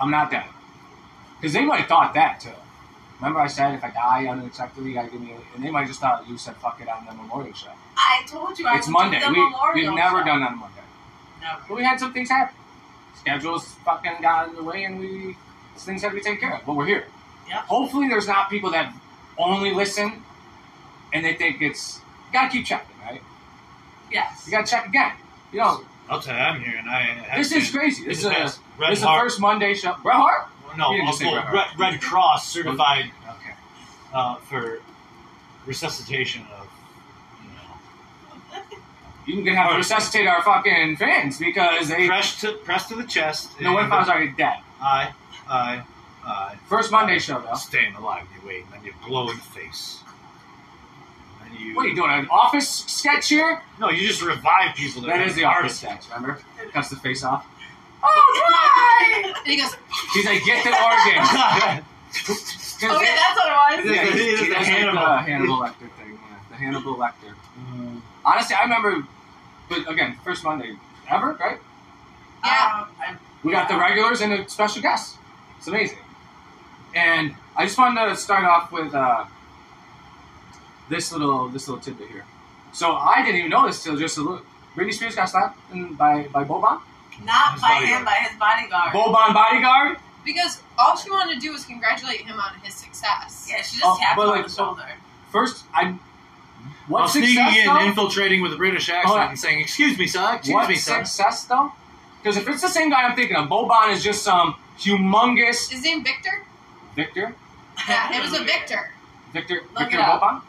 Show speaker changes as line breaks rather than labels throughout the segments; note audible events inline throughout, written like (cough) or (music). I'm not that. Because they might have thought that too. Remember, I said if I die unacceptably, you gotta give me. A, and they might have just thought you said fuck it on the memorial show.
I told you I
it's
would
Monday.
do the
We,
memorial
we've never
show.
done that on Monday.
Never.
But we had some things happen. Schedules fucking got in the way, and we things had to be taken care of. But we're here.
Yep.
Hopefully, there's not people that only listen and they think it's. You gotta keep checking, right?
Yes.
You gotta check again. You know,
I'll tell you, I'm here, and I have
this
been-
is crazy. This
It's
is, a,
the
this
best. Red
is the
Heart-
first Monday show. Bret Hart?
No,
You didn't just say
Uncle
Red
Red,
Heart.
Red Cross certified
Okay.
uh, for resuscitation of. you know,
You can have to resuscitate our fucking fans because they
Press to press to the chest.
no one
and-
found already dead.
I, I, I.
First Monday show though.
Staying alive, you wait, and then you blow in the face. And then you,
What are you doing? An office sketch here?
No, you just revive people. That,
That
are
is the office
artists. (laughs)
sketch. Remember? Cuts the face off.
Oh, right.
And he goes,
He's like, get the
(laughs)
organ.
Okay, Oh, that's what it was.
yeah,
It
he's-
is the
that's
Hannibal.
Like the Hannibal Lecter thing. Yeah, the Hannibal Lecter.
Mm.
Honestly, I remember, but again, first Monday ever, right?
Yeah.
Um,
We got the regulars and a special guest. It's amazing. And I just wanted to start off with uh, this little this little tidbit here. So I didn't even know this till just a little. Britney Spears got slapped in, by by Boban.
I'm not
His
by him,
bodyguard.
by his bodyguard.
Boban bodyguard.
because all she wanted to do was congratulate him on his success.
yeah, she just
Oh,
tapped
but
him on
like,
the
so-
shoulder.
First, I. What
While
success
sneaking Oh, in,
though?
infiltrating with a British accent
Hold on.
and saying, "Excuse me, sir. Excuse
what
me, sir."
success though? Because if it's the same guy I'm thinking of, Boban is just some humongous
His name Victor?
Victor.
Yeah, it was a Victor.
Victor.
Look
Victor
it up.
Boban.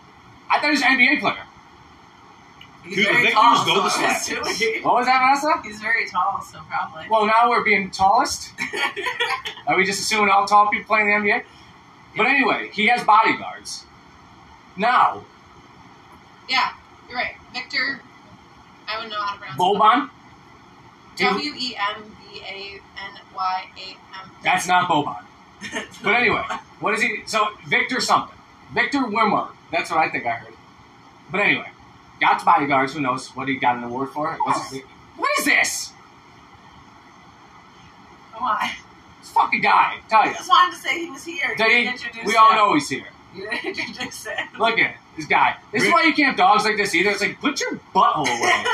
I thought he was an NBA
(laughs)
player.
He's
Dude, the
very
Victors
tall,
go to
so (laughs)
slap.
it's really-
What was that, Vanessa?
He's very tall, so probably. (laughs)
Well, now we're being tallest. Are we just assuming all tall people playing the NBA? But anyway, he has bodyguards. Now,
Yeah, you're right. Victor, I wouldn't know how to pronounce
Boban,
it. W E M B A N Y A M.
that's not Boban. But anyway, what is he? So, Victor something. Victor Wimmer. That's what I think I heard. But anyway, got to bodyguards. Who knows what he got an award for? What's his- what is this?
Come on.
This fucking guy, I tell
I
you.
just wanted to say he was here. You
They-
didn't introduce
we all
him.
know he's here.
You (laughs) didn't introduce him.
Look at this guy. This is why you can't have dogs like this either. It's like put your butthole away.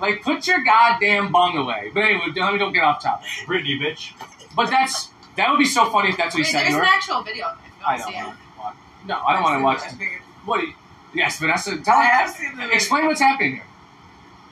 like put your goddamn bung away. But anyway, let me don't get off topic.
Brittany, bitch.
But that's that would be so funny if that's what
Wait,
he said
there's
to
an
her.
actual video of it if you
I
want to
don't
see it.
want to watch. No, I don't want to
(laughs)
watch.
I
it.
figured-
What? Do you, yes, Vanessa, tell
I
us.
have seen the
Explain what's happening here.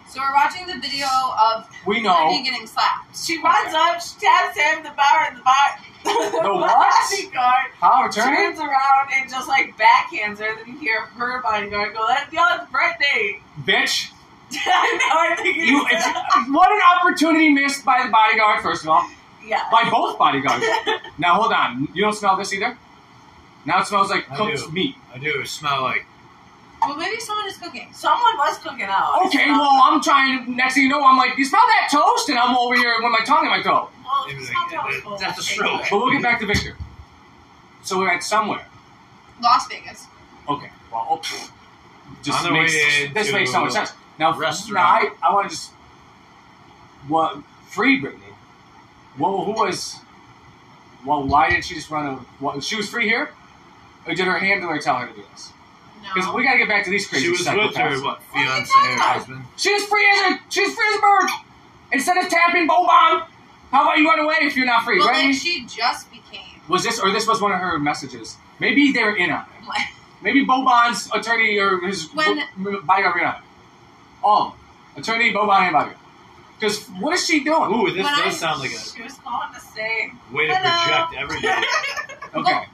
So we're watching the video of
We
Brittany
know.
getting slapped.
She runs up, she taps him, the bar, and the bar. (laughs)
The what?
bodyguard
Howard Turner.
turns around and just like backhands her. Then you hear her bodyguard go, "Let's go, it's Brittany." (laughs)
Bitch.
I know. I think it's
You, it's, what an opportunity missed by the bodyguard, first of all.
yeah.
By both bodyguards. now hold on. You don't smell this either? Now it smells like
I
cooked
do.
meat.
I do smell like
(laughs) Well, maybe someone is cooking.
Someone was cooking oh. out.
Okay, well, I'm trying to. Next thing you know, I'm like, you smell that toast? And I'm over here with my tongue in my throat.
Well,
It was
it's not
like-
possible.
that's
(laughs)
a stroke.
But we'll get back to Victor. So we're at somewhere.
Las Vegas.
Okay, well, oh,
On
just
the
makes,
way
this
to
makes so much sense. Now,
restaurant.
now I, I want to just. What, free Brittany. Well, who was. Well, why did she just run a. What, she was free here? Or did her handler tell her to do this? Because
No.
we got to get back to these crazy
she was with her
psychopaths.
what
What are you
fiance
talking
or
about?
husband.
She's free as a she's free as a bird. Instead of tapping Boban, how about you run away if you're not free,
Well,
right?
like she just became.
was this or this was one of her messages? Maybe they were in on it.
What?
Maybe Boban's attorney or his
When-
bo- bodyguard were in on it. All of them. attorney Boban and bodyguard. Because what is she doing?
Ooh, this
When
does
I-
sound like a
She was calling to say,
way to
Hello.
project
(laughs)
everybody.
Okay,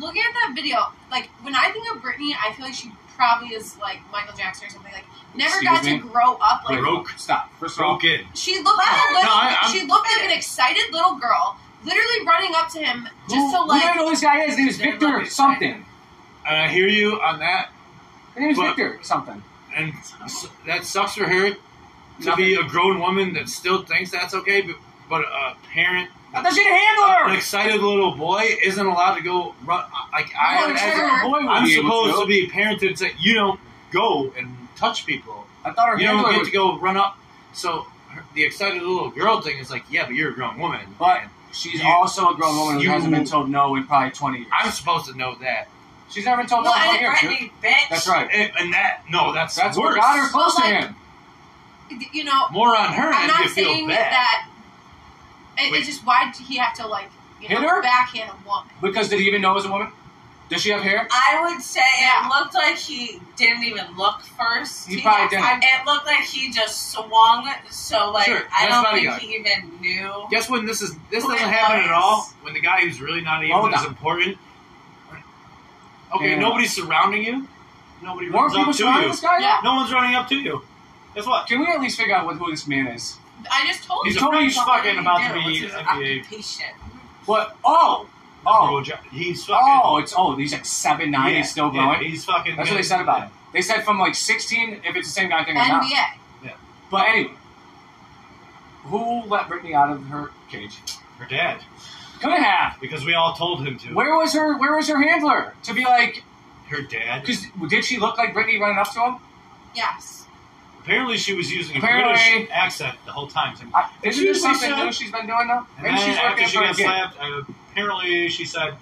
Looking at that video, like when I think of Britney, I feel like she probably is like Michael Jackson or something. Like never
Excuse
got
me?
to grow up. Like
Broke.
Stop. First of all,
Broke in.
she looked like a
No,
little.
I- I'm-
she looked like an excited little girl, literally running up to him
who,
just so
who do
like.
you know who this guy is? His name is
They're
Victor
loving
something.
And I hear you on that,
His name is
But-
Victor something.
and s- that sucks for her to
Nothing.
be a grown woman that still thinks that's okay, but, but a parent,
I thought she'd handle
an
her.
excited little boy isn't allowed to go run. Like I,
Well,
as
sure.
a-
Her boy would
I'm
be able
supposed
to.
to be parented that you don't go and touch people.
I thought her
You
handler
don't
would
get to go run up. So her, the excited little girl thing is like, yeah, but you're a grown woman.
But
and
She's
You-
also a grown woman who
you-
hasn't been told no in probably 20 years.
I'm supposed to know that.
She's never been told
(laughs) Well,
no in
and
20 years. dude.
threatening, bitch.
That's right.
And, and that, no, that's,
That's what
worse.
got her close
Well,
to
like,
him.
You know,
More on her.
I'm
end,
not
you feel
saying
bad.
that. It,
Wait.
it's just why did he have to like you
Hit
know
her?
backhand a woman?
Because did he even know it was a woman? Does she have hair?
I would say
Yeah.
it looked like he didn't even look first.
He probably didn't.
I- It looked like he just swung. So like,
Sure,
I
that's
don't
not a
think
guy.
he even knew.
Guess when this is this
Look
doesn't
at
happen at
us.
all. When the guy who's really not even
Hold
as
on.
important. Okay,
Yeah.
nobody's surrounding you. Nobody
Weren't
runs
people
up to
surrounding
you.
this guy?
Yeah.
No one's running up to you. Guess what?
Can we at least figure out what, who this man is?
I just told
He's
you.
a French
What
fucking
did he
about
do?
to
What's
be
his
NBA.
occupation?
What? Oh!
number
Oh!
one job. He's fucking.
Oh, it's old. He's like 7 9.
yeah,
He's still
yeah,
blowing.
he's fucking.
That's what they said about it. They said from like 16 if it's the same guy thing or not.
NBA.
But anyway, who let Brittany out of her cage?
Her dad,
Could have.
because we all told him to.
Where was her? Where was her handler to be like?
Her dad.
Because did she look like Brittany running up to him?
Yes.
Apparently, she was using a
Apparently-
British accent the whole time. And
I, isn't
She
this something
was, uh,
new she's been doing though? Maybe
then
she's
after
working
she
for a
got
gig.
slapped, uh, apparently she said,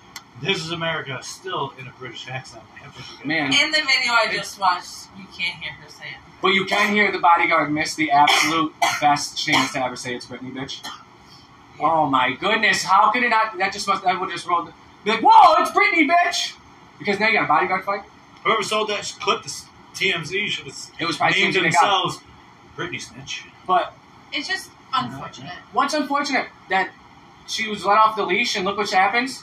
"This is America," still in a British accent. I have to forget.
Man,
In the video I just watched, you can't hear her say it.
but you can hear the bodyguard miss the absolute best chance to ever say it's Brittany, bitch. Oh my goodness! How could it not? That just must. That would just roll. Be like, whoa! It's Brittany, bitch. Because now you got a bodyguard fight.
Whoever sold that clip to TMZ should have
It was probably
named
something they got.
themselves Britney Snitch.
But
It's just unfortunate.
What's unfortunate that she was let off the leash and look what happens?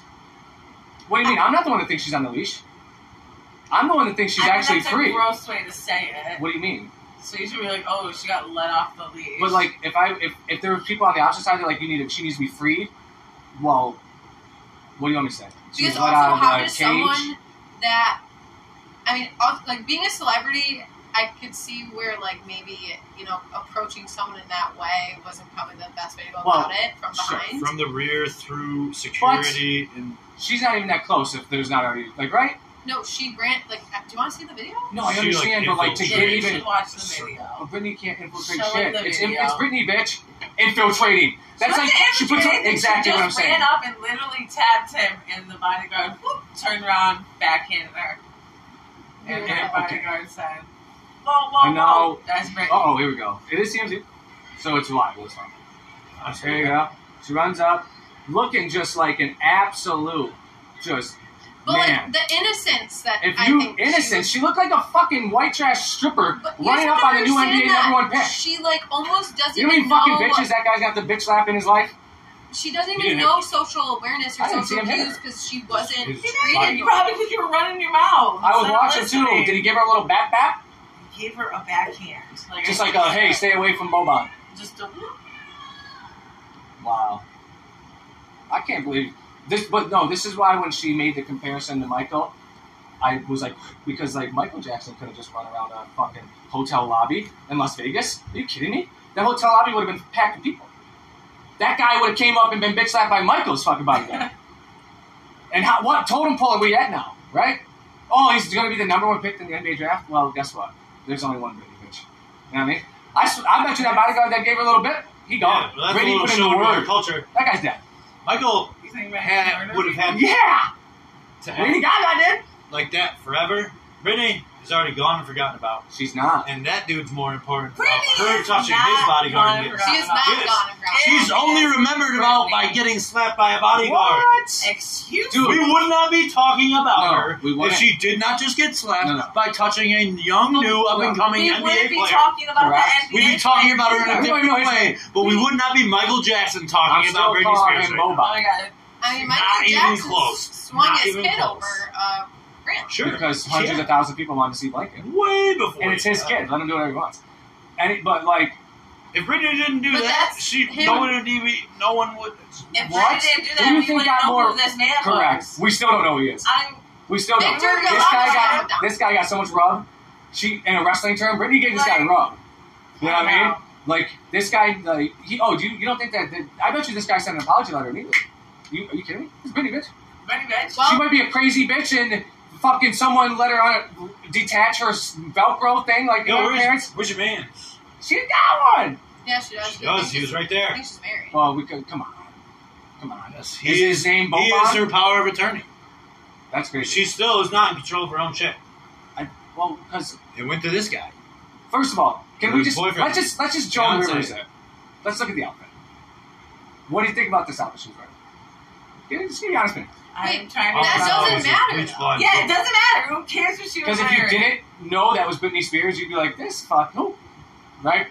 What do you mean? I'm not the one that thinks she's on the leash. I'm the one that thinks she's
I mean,
actually
that's
free.
a gross way to say it.
What do you mean?
So you should be like, oh, she got let off the leash.
But like, if I if, if there were people on the opposite side, they're like, you need to, she needs to be freed. Well, what do you want me to say? She was
Because
let
uh,
also,
out
how
of
does
the cage.
someone that I mean, al- like being a celebrity, I could see where like maybe you know approaching someone in that way wasn't probably the best way to go
Well,
about it from
sure,
behind.
From the rear through security and
She's not even that close. If there's not already like right?
no, she grant like. uh, Do you want to see the video?
No, I
She, like,
understand, but like to
yeah,
get
you
infiltrated.
even
should watch the video.
Oh, Brittany can't infiltrate
Show her
shit.
the
It's,
video.
it's Brittany, bitch. Infiltrating. That's
She
like
wasn't
she puts
infiltrated,
exactly
she
what I'm
just
saying.
ran up and literally tapped him, and the bodyguard whoop, turned around, backhanded her, and
Yeah,
the
okay.
bodyguard said, "Whoa, whoa,
I know.
whoa, that's Brittany."
Uh oh, here we go. It is TMZ. So it's live. It's fine. Here you go. She runs up, looking just like an absolute, just
But
man.
like the innocence that
if
I
you
think She
innocent,
was,
she looked like a fucking white trash stripper
but you
running
just
up on the new
understand
NBA
that
number one pick.
She like almost doesn't
You know how many
even
fucking
know.
bitches that guy's got the bitch slap in his life?
She doesn't
You
even
didn't-
know social awareness or
I didn't see
social
him hit
cues
her.
because she wasn't
It's
treated.
You probably because you were running your mouth.
I was
Not
watching too.
listening.
Did he give her a little bat bat?
Give her a backhand, like
Just
I
like a
said.
hey, stay away from Boban.
Just a whoop.
Wow. I can't believe this, but no, this is why when she made the comparison to Michael, I was like, because like Michael Jackson could have just run around a fucking hotel lobby in Las Vegas. Are you kidding me? That hotel lobby would have been packed with people. That guy would have came up and been bitch slapped by Michael's fucking bodyguard. and how, what totem pole are we at now, right? Oh, he's going to be the number one pick in the NBA draft. Well, guess what? There's only one Brittany bitch. You know what I mean? I, sw- I bet you that bodyguard that gave her a little bit, he
Yeah,
gone.
well, that's
Brittany
a little
put in
show
the
of our
word.
culture.
That guy's dead.
Michael
You think about
had,
murder?
would have had
Yeah,
to
Lady
act
Gaga did.
like that forever. Brittany is already gone and forgotten about.
She's not.
And that dude's more important. about
Brittany
her
is
touching
not
his bodyguard.
gone and
than it is.
She is not
Yes.
gone and grounded.
She's only remembered about by
Brittany.
getting slapped by a bodyguard.
What?
Excuse
Dude.
me.
We would not be talking
No,
about her
we wouldn't.
if she did not just get slapped
No, no.
by touching a young, new, up and coming
We
NBA
wouldn't be
player.
talking about
Correct.
that.
We'd be talking about her in a
Everybody
different
knows
way, but we would not be Michael Jackson talking
I'm still
about Britney
calling
Spears.
him
right now.
Oh my god.
I mean,
Not
Michael
even
Jackson
close.
swung
Not
his
even
kid
close.
over uh, Grant.
Sure,
Because hundreds
Yeah.
of thousands of people wanted to see Blanket,
way before.
and it's
you
his
got
kid. Let him do whatever he wants. And it, but like,
it. If Britney didn't do
But
that,
that's
she
him.
no one would even. No one would.
If
What?
Brittany
Who do you
didn't do that,
think
we wouldn't
got
know
more
who this man
correct.
was.
We still don't know who he is.
I'm
We still don't.
Victor
This guy
Galasha.
got this guy got so much rub. She in a wrestling term, Brittany gave this guy
Like-
rub. You know what I mean?
Wow.
Like this guy, like he. Oh, do you, you don't think that, that? I bet you this guy sent an apology letter immediately. You, are you kidding me? It's Brittany, bitch.
Brittany, bitch.
Well-
she might be a crazy bitch and fucking someone let her on detach her s- Velcro thing like
Yo,
her
where's,
parents.
where's your man?
She got one.
Yeah, she does.
She does. He was right
I
there.
think she's married.
Well, we could come on. Come on.
Yes,
Is
he
his
is.
name
He is
Boban?
her power of attorney.
That's crazy.
She still is not in control of her own shit.
well, because
It went to this guy.
First of all, can we
Who's
just
boyfriend?
let's just let's just Joan
Fiance.
Rivers it. Let's look at the outfit. What do you think about this outfit she's wearing? Yeah, Just be honest with me.
I'm trying to.
That
All I know
doesn't
is a
matter,
bleach
though.
blonde
Yeah,
chick.
it doesn't matter. Who cares what she was
Because if you
wearing?
didn't know that was Britney Spears, you'd be like, "This fuck who?" Right?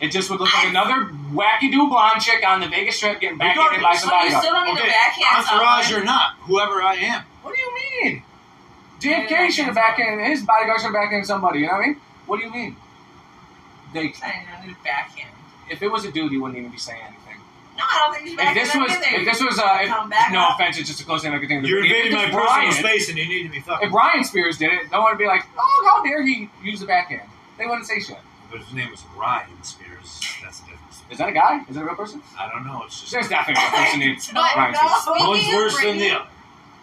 It just would look like
I-
another wacky do blonde chick on the Vegas Strip getting backhanded by
Regardless,
Well,
somebody.
Oh, you still
else.
don't need
Okay,
a backhand.
entourage
someone.
or not, whoever I am.
What do you mean?
Yeah,
JFK should have backhanded his bodyguard should have backhanded somebody. You know what I mean? What do you mean? They,
I don't need a backhand.
if it was a dude, he wouldn't even be saying anything.
No, I don't think she's
If
backhand.
this was,
either.
if this was, uh, if-
Come back
no
up.
offense, it's just a close thing I could think of.
You're
If
invading
it
my
was
personal
Ryan,
space, and you need to be fucking.
If Ryan Spears did it, no one would be like, "Oh, how dare he use the backhand?" They wouldn't say shit.
But his name was Ryan Spears. That's the difference.
Is that a guy? Is that a real person?
I don't know. It's just
There's definitely a real person named
But
Ryan Spears.
no, speaking
one's
of
worse
Britney,
than the other.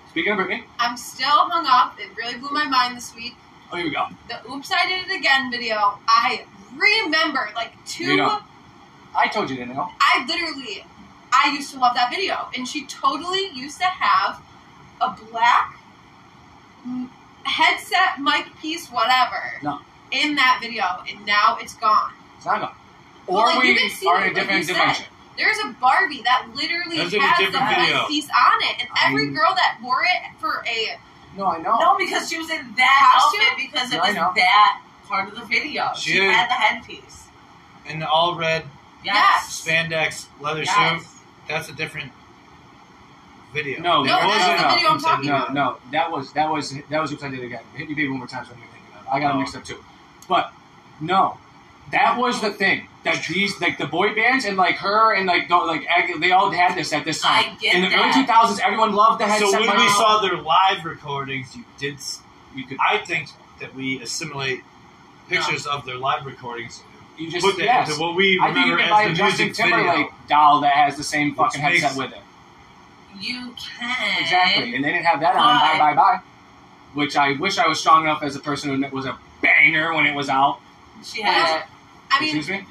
Speaking of Britney,
I'm still hung up. It really blew my mind this week.
oh, here we go.
The "Oops, I Did It Again" video. I remember like two.
You know. I told you to know.
I literally, I used to love that video, and she totally used to have a black m- headset, mic piece, whatever,
No.
in that video, and now it's gone.
It's not gone.
Well,
Or
like,
we
you can see
are
it,
in a
like
different
you said.
dimension.
There's a Barbie that literally
That's
has
in a
the
different video. Mm.
head piece on it, and every
I'm-
girl that wore it for a
No, I know.
No, because she was in that
Costume?
outfit because it
No, I
was
know.
that part of the video.
She
She,
is-
had the headpiece.
In the all red
Yes.
spandex leather
Yes.
suit. That's a different video.
No,
It
no,
that's
wasn't-
the video I'm
it
talking
No,
wasn't-
about.
no, that was that was that was oops I did it again. Hit me baby one more time is what you're thinking of. I got it
Oh.
mixed up too. But no. That was the thing. That these like the boy bands and like her and like don't like ag- they all had this at this time.
I get
In the early
that.
two thousands everyone loved the headset.
So when we
mic.
saw their live recordings, you did. s-
you could
I think that we assimilate pictures of their live recordings.
you just
put that
yes.
into what we
I think you
remember
can buy a
as the
Justin
music video.
Timberlake doll that has the same fucking
makes-
headset with it.
You can
Exactly. And they didn't have that on Bye
But-
Bye Bye. Which I wish I was strong enough as a person who was a banger when it was out.
She had it.
I mean,
Excuse me?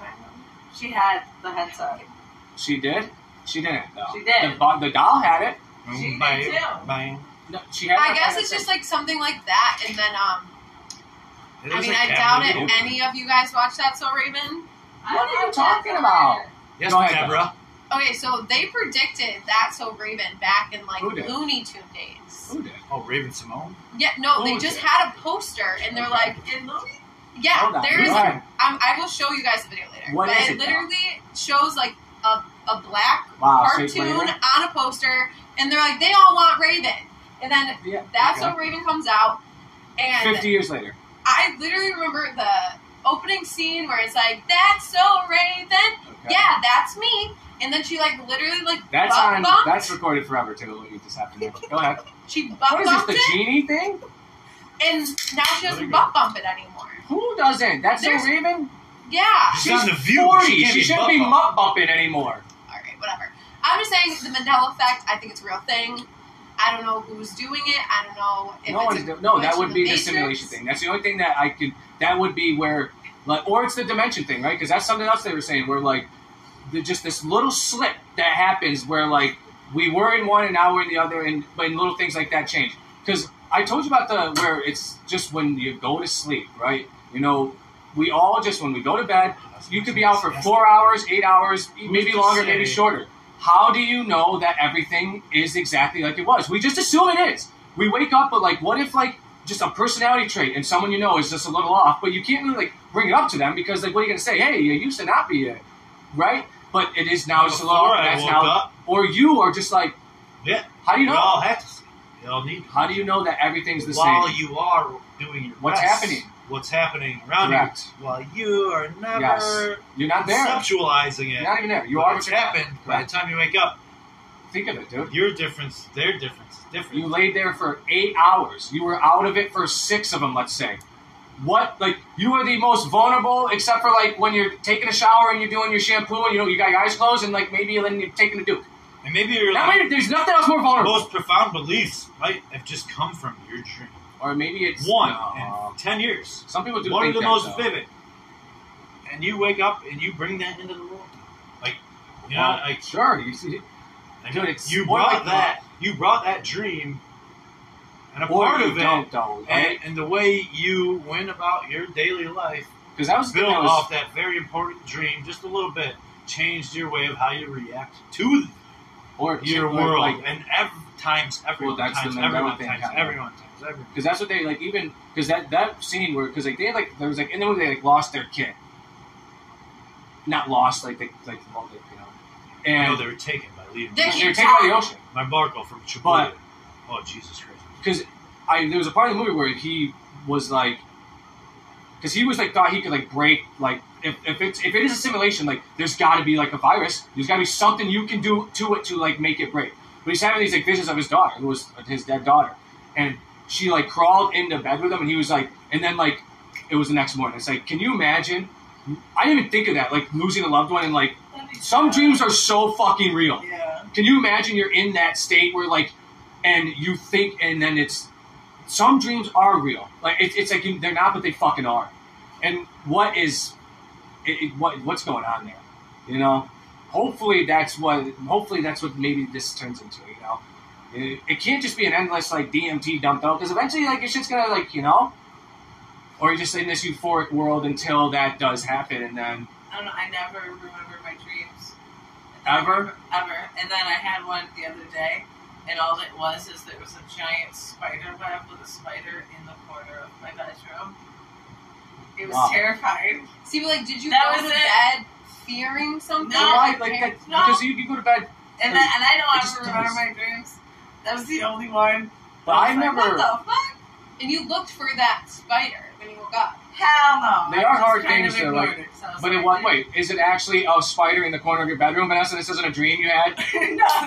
She had the headset.
She did. She didn't though.
She did.
The, bo- the doll had it.
She did
Bang,
too.
bang.
No, she had.
I
it.
guess it's just like something like that, and then um,
It
I
is
mean,
a
I doubt
camera.
it. Any of you guys watch that? So Raven.
What are you talking about?
Yes,
Go ahead,
Deborah.
Okay, so they predicted that so Raven back in like
Who did?
Looney Tune days.
Who did?
Oh, Raven Simone.
Yeah, no,
Who
they
did?
just had a poster and they're
Okay.
like,
In Looney?
yeah,
Hold on.
there is.
All right.
Um, I will show you guys the video later.
What
but
is
it
it now?
literally shows like a, a black
Wow. Shaped
cartoon
Raven?
on a poster, and they're like, they all want Raven, and then
Yeah.
that's
okay.
how Raven comes out, and
Fifty years later.
I literally remember the opening scene where it's like, that's so Raven,
Okay.
yeah, that's me, and then she like literally like
That's
butt
on.
bumped.
That's recorded forever too. What you just happened. To Go
(laughs)
ahead.
she butt
What is this?
bumped
The
it.
genie thing?
and now she doesn't
Really?
butt bump it anymore.
Who doesn't? That's
There's-
so Raven.
Yeah.
She's on The View. She
Forty.
can't
She
be
shouldn't be
butt
mutt bumping anymore.
All right, whatever. I'm just saying the Mandela effect. I think it's a real thing. I don't know who's doing it. I don't know if
no
it's
one's
a
do- no. That
glitch in
would
the
be
Matrix.
the simulation thing. That's the only thing that I could. That would be where, like, or it's the dimension thing, right? Because that's something else they were saying. Where like, the, just this little slip that happens where like we were in one and now we're in the other, and but little things like that change. Because I told you about the where it's just when you go to sleep, right? You know, we all just when we go to bed, you could be out for
Yes.
four hours, eight hours, maybe
to
longer,
say?
maybe shorter. How do you know that everything is exactly like it was? We just assume it is. We wake up, but like, what if like just a personality trait and someone you know is just a little off, but you can't really like bring it up to them because like, what are you gonna say? Hey, you used to not be it, right? But it is now just a
Before
little off. and
I
That's
woke
now,
up,
or you are just like,
Yeah.
How do you
we
know?
all have to see. We all need to.
How do you know that everything's the
While
same?
you are doing your
What's
best,
happening?
What's happening around
Correct.
you? While you are never
Yes. You're not there.
conceptualizing it.
You're not even there. You
But
are
it's
what you're not.
happened. By the time you wake up,
Think of it, dude.
your difference, their difference, is different.
You laid there for eight hours. You were out of it for six of them, let's say. What, like, you are the most vulnerable, except for, like, when you're taking a shower and you're doing your shampoo and, you know, you got your eyes closed and, like, maybe then you're taking a duke.
and maybe your
That way, there's nothing else more vulnerable.
most profound beliefs might have just come from your dream.
Or maybe it's.
One
no.
in ten years.
Some people do
One
think
of the
that,
most
though.
vivid. And you wake up and you bring that into the world. Like, you know,
Well,
like
sure. You see,
Like,
Dude, it's-
you
what do I
brought that. You brought that dream, and a
Or
part
you
of it,
don't, though,
and,
right?
and the way you went about your daily life,
Because that was the thing
built
that was-
off that very important dream just a little bit, changed your way of how you react to
or
your
or,
world,
like,
and ev- times everyone,
that's the
times
Mandela
everyone,
thing,
times
kinda.
everyone, times everyone.
Because that's what they like. Even because that that scene where because like they had like there was like in the movie they like lost their kid, not lost like they like well, they, you know,
I
and
know they were taken by leaving.
They-
they, were taken by the ocean.
My Marco from Chipotle.
But-
Oh Jesus Christ!
Because I there was a part of the movie where he was like, because he was like thought he could like break like if, if it's if it is a simulation like there's got to be like a virus. There's got to be something you can do to it to like make it break. But he's having these like visions of his daughter who was his dead daughter, and she like crawled into bed with him, and he was like, and then like it was the next morning. It's like, can you imagine? I didn't even think of that, like losing a loved one, and like some dreams are so fucking real.
Yeah.
Can you imagine you're in that state where like, and you think, and then it's some dreams are real. Like it, it's like you, they're not, but they fucking are. And what is, it, it, what what's going on there? You know. Hopefully that's what. Hopefully that's what maybe this turns into. You know. It, it can't just be an endless like DMT dump out because eventually like your shit's gonna like you know. Or you're just in this euphoric world until that does happen, and then
I don't know. I never remember my dreams.
Ever?
Ever. And then I had one the other day, and all it was is there was a giant spider web with a spider in the corner of my bedroom. It was
Wow.
terrifying.
See, but like, did you
That
go
was
to
it.
bed fearing something?
No,
why like that
no.
because you, you go to bed.
And then, and I
It
don't
just
ever remember
does.
my dreams. That was the only one.
But
I
I
was like,
never.
What the fuck?
And you looked for that spider when you woke up.
Hell no.
They
I
are
just
hard
kind
things
of
to,
ignored
like-
it, so I was
But
like,
it was wait, is it actually a spider in the corner of your bedroom, Vanessa? This isn't a dream you had?
(laughs) no,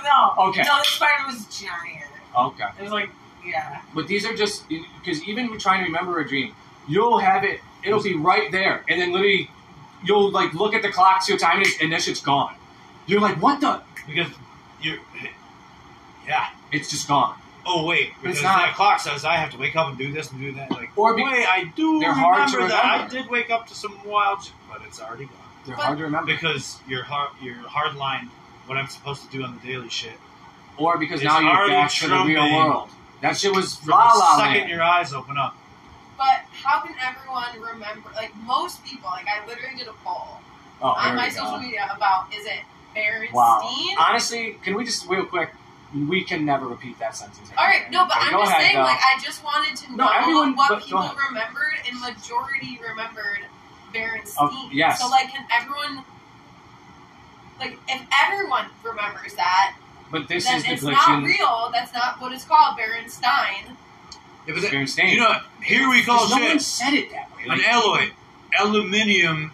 no.
Okay.
No, the spider was giant.
Okay.
It was like, yeah.
But these are just because even when trying to remember a dream, you'll have it. It'll be right there, and then literally, you'll like look at the clock, see what time it is, and that shit's gone. You're like, what the?
Because you're, yeah.
It's just gone.
Oh wait, because
not-
that clock says I have to wake up and do this and do that. Like,
Or be-
wait, I do
They're hard to
remember that I
remember.
did wake up to some wild, shit, but it's already gone.
They're
But-
hard to remember,
because you're hard you're hardlined what I'm supposed to do on the daily shit.
or because
it's
now you're
already
back to the real
trumping.
world. That shit was
From
la
the
la
second
land.
your eyes open up,
But how can everyone remember? Like most people, like I literally did a poll
Oh, there
on my
we go.
social media about is it Berenstein?
Wow. Honestly, can we just real quick? We can never repeat that sentence.
All right, no, but
Okay,
I'm
go
just
ahead,
saying.
though.
Like I just wanted to know
No, everyone-
what
but go
people
ahead.
remembered, and majority remembered Berenstein.
Of- Oh, yes.
So like, can everyone? Like, if everyone remembers that,
but this
then
is the
it's
glitch
not
in
real. That's not what it's called, Berenstein.
Yeah, but that-
Baron Stain.
you know, here we call
Because no one
shit
said it that way.
an
Like,
alloy, aluminium,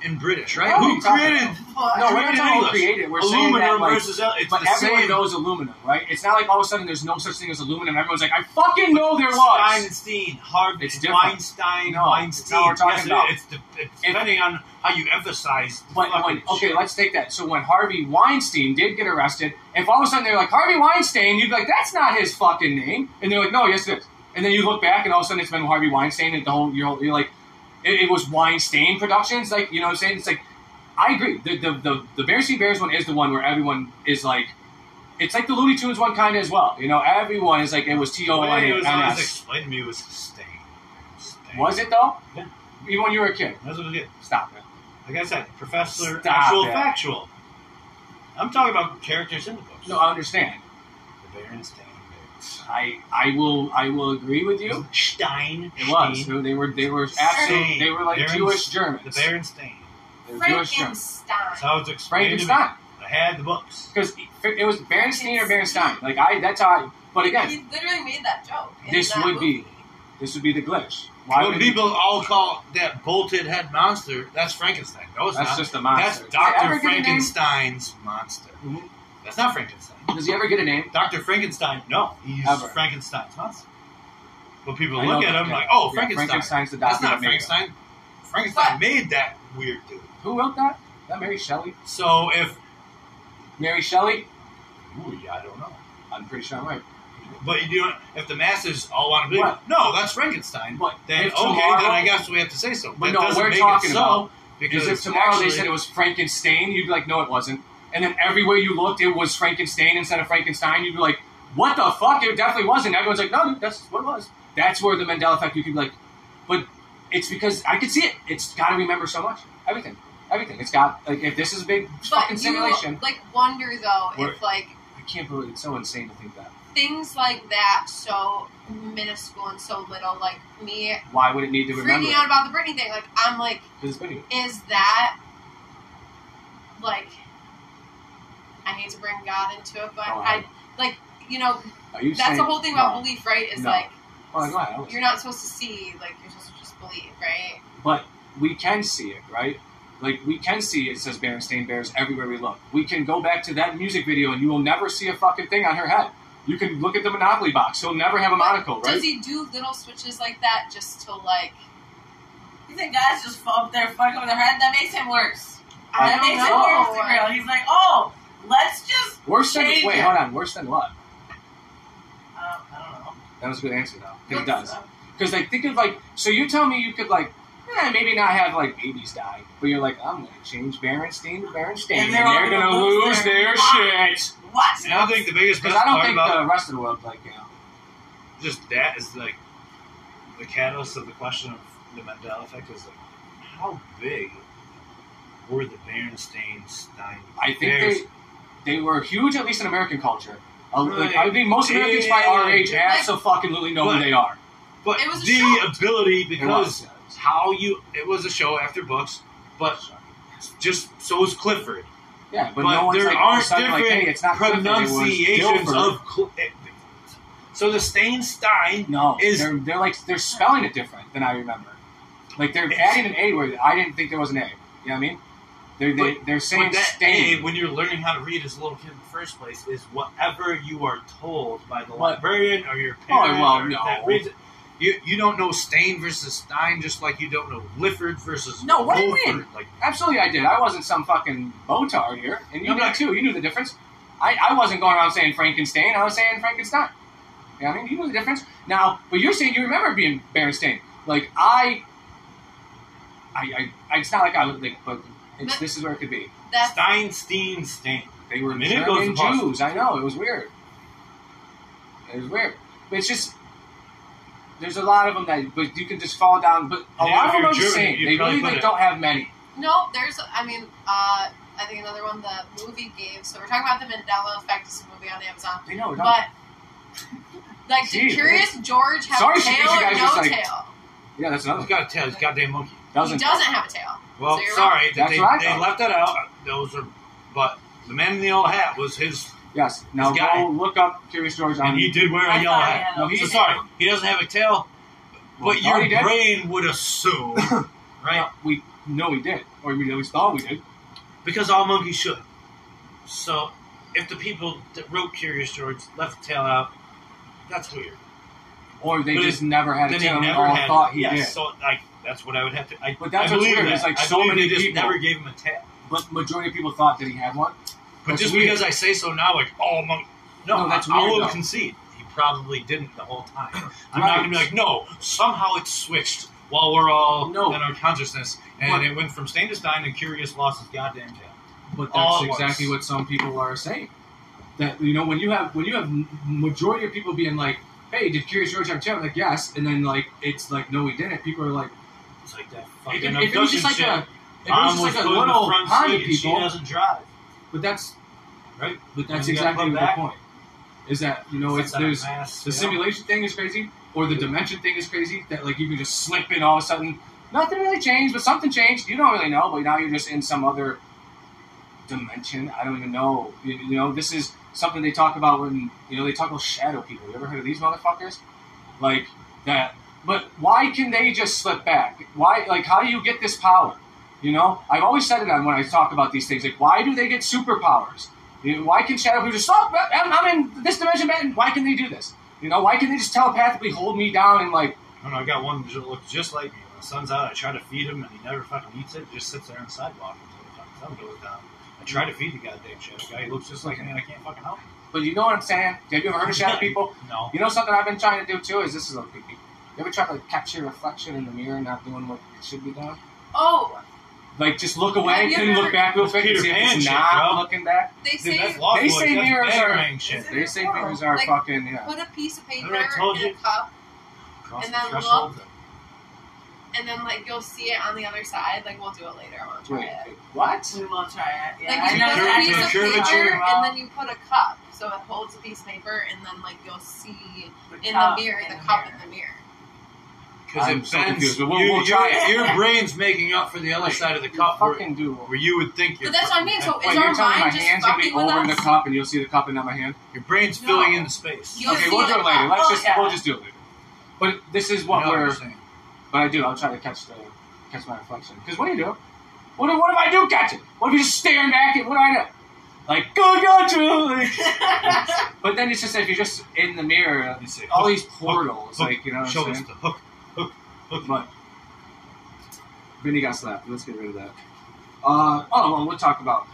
in British, right?
What are
Who
you talking
created
no, we're not
created
talking about
English.
created. We're saying that,
aluminum
like,
versus al- it's
but
the
everyone
same.
knows aluminum, right? It's not like all of a sudden there's no such thing as aluminum. Everyone's like, I fucking know there was.
Steinstein, Harvey,
It's different.
Weinstein,
No, it's not
Weinstein.
what we're talking
yes, it-
about.
it's, de- it's depending on how you emphasize. the
But
fucking
when, okay,
shit.
let's take that. So when Harvey Weinstein did get arrested, if all of a sudden they're like Harvey Weinstein, you'd be like, that's not his fucking name, and they're like, no, yes it is. And then you look back, and all of a sudden it's been Harvey Weinstein, and the whole you're, you're like, it, it was Weinstein Productions, like you know what I'm saying? It's like, I agree. The the the, the Bears Bears one is the one where everyone is like, it's like the Looney Tunes one kind of as well. You know, everyone is like, it was T
The
O N
way it was always
S.
explained to me was Stain. Stain.
Was it though?
Yeah.
Even when you were a kid.
That's what it was.
Stop it.
Like I said, professor,
Stop
actual,
it.
factual. I'm talking about characters in the books.
No, I understand.
the Berenstain Bears.
I I will I will agree with you.
Stein.
It was.
Stein,
They, they were. They were absolute.
Same.
They were like
Baron's-
Jewish Germans.
The Berenstain.
They were Jewish Germans.
That's
Frankenstein.
how it's explained. to me.
Frankenstein.
I had the books.
Because it was Berenstein or Berenstein. Like I. That's how. I, but again,
He literally made that joke. in
This
that
would be-
movie.
this would be the glitch. Why
what
would
people all call that bolted head monster, that's Frankenstein. No, it's
That's
not.
just a monster.
That's
Does he ever
Dr.
get a name?
Frankenstein's monster.
Mhm.
That's not Frankenstein.
Does he ever get a name?
Dr. Frankenstein, no. He's
Ever.
Frankenstein's monster. But people
I
look
know
at
that,
him
yeah.
like, oh,
Yeah,
Frankenstein.
Frankenstein's the
That's
doctor. that
not
made him.
Frankenstein. Frankenstein made that weird dude.
Who wrote that? That Mary Shelley.
So if
Mary Shelley.
ooh, yeah, I don't know,
I'm pretty sure I'm right.
but you know, if the masses all want to believe,
What?
no, that's Frankenstein.
But
Then okay,
if tomorrow-
then I guess we have to say so.
But
That
no,
doesn't
we're
make it
talking
so,
about-
because
Because if tomorrow
actually,
they said it was Frankenstein, you'd be like, no, it wasn't. and then everywhere you looked, it was Frankenstein instead of Frankenstein, you'd be like, what the fuck? It definitely wasn't. Everyone's like, no, that's what it was. That's where the Mandela effect, you can be like, but it's because I could see it. It's got to remember so much. Everything. Everything. It's got, like, if this is a big fucking
But
simulation,
you like wonder though
Where-
if like
I can't believe it's so insane to think that.
things like that so minuscule and so little, like me
Why would it need to remember?
freaking out about the Britney thing, like I'm like,
Because it's video.
is that like I hate to bring God into it, but
Oh, I-
I like you know
Are you
that's
saying,
the whole thing about
no.
belief, right? Is
No.
like
Well, go ahead. I was-
you're not supposed to see, like you're supposed to just believe, right?
but we can see it, right? Like we can see it says Berenstain Bears everywhere we look. We can go back to that music video and you will never see a fucking thing on her head. You can look at the Monopoly box; she'll never have a
But
monocle, right?
Does he do little switches like that just to like
You think guys just fall up there, fuck up their head? That makes him worse.
I
that
don't
makes
know.
him worse than real. He's like, oh, let's just.
Worse than
Change
wait,
it.
hold on. Worse than what?
Um, I don't know.
That was a good answer though. 'Cause It
Let's-
does because like think of like so you tell me you could like. eh, maybe not have like babies die, but you're like, I'm gonna change Berenstain to Berenstain,
And they're all
gonna,
gonna lose
lose
their-
their shit.
What?
And I think the biggest
Because
best
I don't
part
think
about
the rest of the world like, you know,
just that is like the catalyst of the question of the Mandela effect is like how big were the Berenstain Stein
I think
Bears?
they they were huge, at least in American culture. Uh, like,
Right.
I mean, most Americans by our age
Yeah.
absolutely know who
But-
they are.
but
It was a
the
show.
ability
It
because
was.
how you it was a show after books, but just so is Clifford.
yeah, but,
But,
no one's
there
like, all of a
aren't
sudden,
different
like, hey, it's not Clifford, it was
pronunciations
Guilford.
of Cl- it- so the Stain Stein.
No,
is-
they're, they're like they're spelling it different than I remember. Like they're
It's-
adding an A where I didn't think there was an A. You know what I mean? They're they,
But-
they're
But
saying
that
stain.
A, when you're learning how to read as a little kid in the first place, is whatever you are told by the
What?
librarian or your
Oh,
parent.
well,
or
no.
That reads it. You, you don't know Stain versus Stein, just like you don't know Lifford versus
No, what do you
Wolford.
mean?
Like
Absolutely, I did. I wasn't some fucking botard here, and you
No,
did
but-
too. You knew the difference. I, I wasn't going around saying Frankenstein. I was saying Frankenstein. You know what I mean, you knew the difference. Now, but you're saying you remember being Berenstain. Like I, I, I, I it's not like I was like, but it's,
But-
this is where it could be.
that's
Steinstein Stain.
They were
I mean, it goes
German
to Boston.
Jews. I know it was weird. It was weird. But it's just there's a lot of them that, but you can just fall down. But a
Yeah,
lot
if
of them
you're
are the
German,
same.
you'd
They
probably
really
put
like,
it-
don't have many.
No, there's. I mean, uh, I think another one the movie gave. So we're talking about the Mandela Effect. It's a movie on Amazon.
They know. Don't.
But like, did
Oh, Jeez,
Curious George have
Sorry,
a
she-
tail
you
or
guys just,
no
like,
tail?
yeah, that's another.
He's got a tail. He's a goddamn monkey.
He
Doesn't.
doesn't have a tail.
Well,
So you're
sorry that
That's what I
they, they
thought.
left that out. Those are, but the man in the yellow hat was his,
Yes. Now
This guy.
go look up Curious George on.
and he did wear
I
a yellow
thought he
hat.
had a-
No, he-
So sorry, he doesn't have a tail.
Well,
But
no,
your
he did.
brain would assume, right?
(laughs) We no, he did, or we at least thought we did.
Because all monkeys should. So, if the people that wrote Curious George left the tail out, that's weird.
Or they
But
just never had a
then he
tail. and
never
all
had.
thought he
yes,
did.
so like that's what I would have to. I,
But that's
I
what's
believe
weird,
that.
is, like,
I
so
believe
many
they just
people-
never gave him a tail.
But majority of people thought that he had one.
But
That's
just
weird.
because I say so now, like all monkeys. No,
No, that's
I, I
weird,
will
though.
concede he probably didn't the whole time. I'm
Right.
not gonna be like, no, somehow it switched while we're all
No.
in our consciousness, and
But-
it went from Stain to Stein, and Curious lost his goddamn tail.
But that's
All at
exactly
once.
what some people are saying. That you know, when you have when you have m- majority of people being like, "Hey, did Curious George have a tail?" I'm like, yes, and then like it's like, no, he didn't. People are like,
It's like that
if,
fucking
if
abduction
it was just like
shit.
a, if it
Mom
was just like a
put in the
little
front
pond
seat
of
and she
people,
doesn't drive,
but that's
right?
but that's
And you gotta
exactly
come
the
back.
point. Is that you know it's
That's a
there's
mass,
The
you know?
simulation thing is crazy, or the dimension thing is crazy. That like you can just slip in all of a sudden. Nothing really changed, but something changed. You don't really know, but now you're just in some other dimension. I don't even know. You, you know, this is something they talk about when you know they talk about shadow people. You ever heard of these motherfuckers? Like that. But why can they just slip back? Why? Like, how do you get this power? You know, I've always said it on when I talk about these things. Like, why do they get superpowers? You know, why can shadow people just? Oh, I'm, I'm in this dimension, man. Why can they do this? You know, why can they just telepathically hold me down and like?
I don't know. I got one that looks just like me. When the sun's out, I try to feed him, and he never fucking eats it. He just sits there on the sidewalk until the fucking sun goes down. I try to feed the goddamn shadow guy. He looks just like me, and I can't fucking help him.
But you know what I'm saying? Have you ever heard of
(laughs)
shadow people?
No.
You know something I've been trying to do too is this is a creepy. You ever try to like capture your reflection in the mirror and not doing what it should be done?
Oh,
Like, just look away,
Have you
couldn't
ever-
look back real quick and
Peter
see if
Pan
it's
shit,
not
bro.
looking back.
They
Dude,
say
that's Lost
They
Boys.
say
That's
mirrors
Bang
are-
Bang shit.
Is it-
They say fingers are
Oh, Like-
fucking, yeah.
put a piece of paper
Remember I told
in a
you?
cup,
Cross
And
the
then
threshold.
and then like you'll see it on the other side. Like we'll do it later. I want to try
Wait,
it.
what?
We will try it. Yeah,
Like
I
you
know
put a
that.
Sure,
piece of
sure,
paper
sure.
and then you put a cup, so it holds a piece of paper, and then like you'll see in the
cup
mirror
in
the cup (laughs)
mirror.
in the mirror.
Because
I'm
it
so
bends.
confused, but we'll-
You-
we'll try
your-
it.
Your brain's making up for the other side of the cup where,
fucking do.
where you would think your,
But that's what I mean. So
Wait,
is
you're
our
telling me my
mind just
hand's gonna be
fucking with
over in the
us?
cup and you'll see the cup and not my hand?
your brain's
No.
filling in the space.
You'll
okay,
see
we'll
the
do it later.
cup.
Let's
Oh,
just
yeah.
we'll just do it later. But this is what
You know
we're.
I'm saying?
But I do. I'll try to catch the catch my reflection. Because what do you do? What, do- what if I do catch it? What if you're just staring back at? What do I do? Like go gotcha. Like, but then it's just if you're just in the mirror,
You say,
all
hook,
these portals,
hook,
like you know what
show
I'm
us
saying.
the hook.
But Vinny got slapped. Let's get rid of that. Uh, oh well, we'll talk about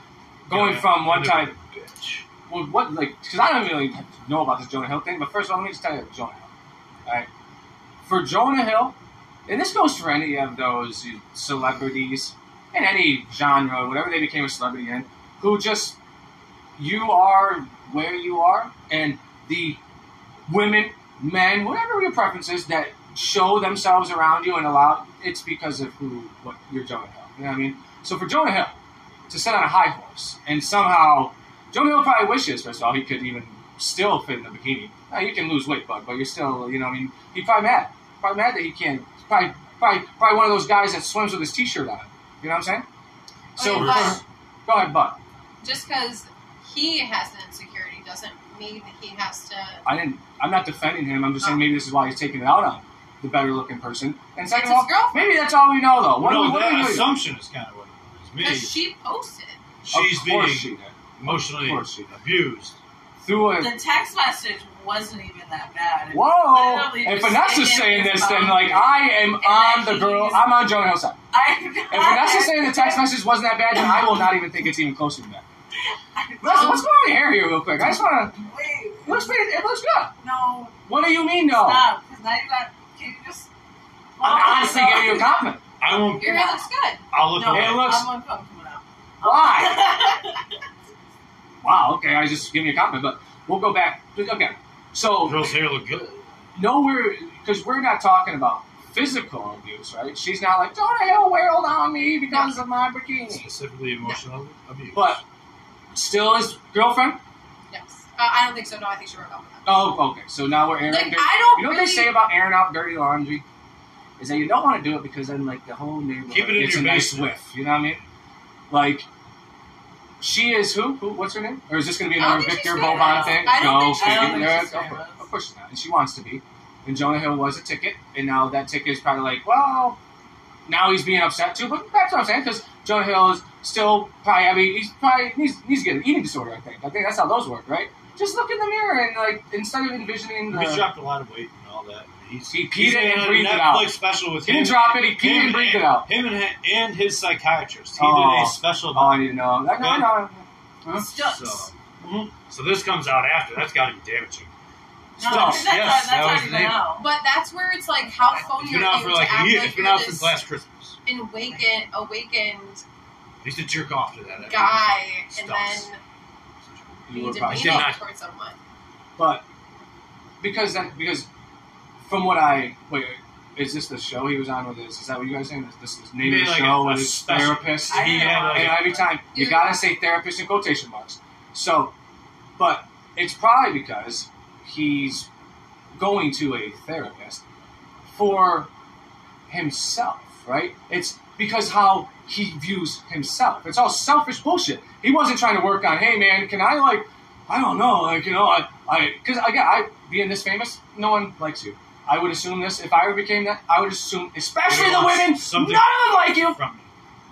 going
Yeah,
from one
you're
time
a bitch.
Well, what, like, because I don't really know about this Jonah Hill thing, but first of all, let me just tell you Jonah Hill. All right. For Jonah Hill, and this goes for any of those celebrities in any genre, whatever they became a celebrity in, who just, you are where you are, and the women, men, whatever your preference is, that show themselves around you and allow, it's because of who, what, you're Jonah Hill. You know what I mean? So for Jonah Hill, to sit on a high horse and somehow Jonah Hill probably wishes, first of all, he could even still fit in a bikini. Now, you can lose weight, bud, but you're still, you know, I mean, he's probably mad. Probably mad that he can't. he's Probably, probably, probably one of those guys that swims with his t-shirt on. You know what I'm saying? So,
Okay, but-
go ahead, bud.
Just because he has an insecurity doesn't mean that he has to.
I didn't. I'm not defending him. I'm just saying
Oh.
maybe this is why he's taking it out on the better-looking person. And second
It's
of all,
his girlfriend
maybe that's all we know, though. What,
no,
what do we
that
know?
assumption is kind of what it is. Me,
because she posted.
she's
of
being
course she did. Of
emotionally
course she did.
abused.
Through a
The text message wasn't even that bad. (laughs) It was
whoa.
literally
If
just
Vanessa's saying
his
this, then
mom.
like I am on
that
the girl.
he's-
I'm on Jonah Hill's side.
I'm
If Vanessa's saying the
(laughs)
text message wasn't that bad, then I will not even think it's even closer to that. Vanessa, what's going on here, here real quick? I just want to.
Wait,
It looks pretty. It looks good.
no,
What do you mean, no?
stop. Because now you're not. Can you just?
I'm honestly giving you a compliment.
I won't.
Your hair looks good.
I'll look
No,
away.
it looks-
I'm uncomfortable now.
(laughs)
(laughs)
Why? Wow. Okay, I was just giving you a compliment, but we'll go back. Okay. So
Girl's hair look good.
nowhere because we're not talking about physical abuse, right? She's not like Jonah Hill wailed on me because of my bikini.
Specifically emotional abuse.
But still, his girlfriend.
Yes. Uh, I don't think so. No, I think she broke up with him.
Oh, okay. So now we're airing.
Like
dirty-
I don't
You know what
really.
they say about airing out dirty laundry? Is that you don't want to do it because then like the whole neighborhood
Keep it in
gets
your
a nice
basement.
whiff. You know what I mean? Like she is who? Who? What's her name? Or is this going to be
I don't
another
think she's
Victor
famous.
Bobon thing?
I don't
no,
think she's
Victor-
famous.
yeah,
She's
of course-
famous.
Of course she's not, and she wants to be. And Jonah Hill was a ticket, and now that ticket is probably like, well, now he's being upset too. But that's what I'm saying because Jonah Hill is still probably. I mean, he's probably needs needs to get an eating disorder. I think. I think that's how those work, right? Just look in the mirror and like instead of envisioning the.
He's dropped a lot of weight and all that. He's,
He peed
he's
it and
had a
breathed it
Netflix
out.
special with
He
him.
didn't drop it. He peed
him
and breathed it out.
Him and, and his psychiatrist. He did
Oh.
a special
Oh, I didn't know. No, no, no. Huh?
Stucks.
So,
Mhm.
so this comes out after. That's got to be damaging.
No,
Stucks,
that's,
yes,
that's
that was
already
the name.
been out.
But that's where it's like how phony
It's been
are
out
you
for
to
like
act
a year.
like
It's been
you're
out
this
since last Christmas.
awaken- awakened
He used to jerk off to that. every
guy and
Stucks.
then
You
be
were probably-
did
demeaning
not.
towards someone.
But because that because from what I wait, is this the show he was on with this? Is that what you guys saying? Is this the name of
He made,
the
like,
show
a- a
with his
special-
therapist?
I
He
didn't
had
know.
like
and every time you
Yeah.
gotta say therapist in quotation marks. So, but it's probably because he's going to a therapist for himself, right? It's because how he views himself. It's all selfish bullshit. He wasn't trying to work on, hey man, can I like, I don't know, like you know, I, I, because again, I being this famous, no one likes you. I would assume this if I ever became that. I would assume, especially the
wants
women, none of
something-
them like you.
from me.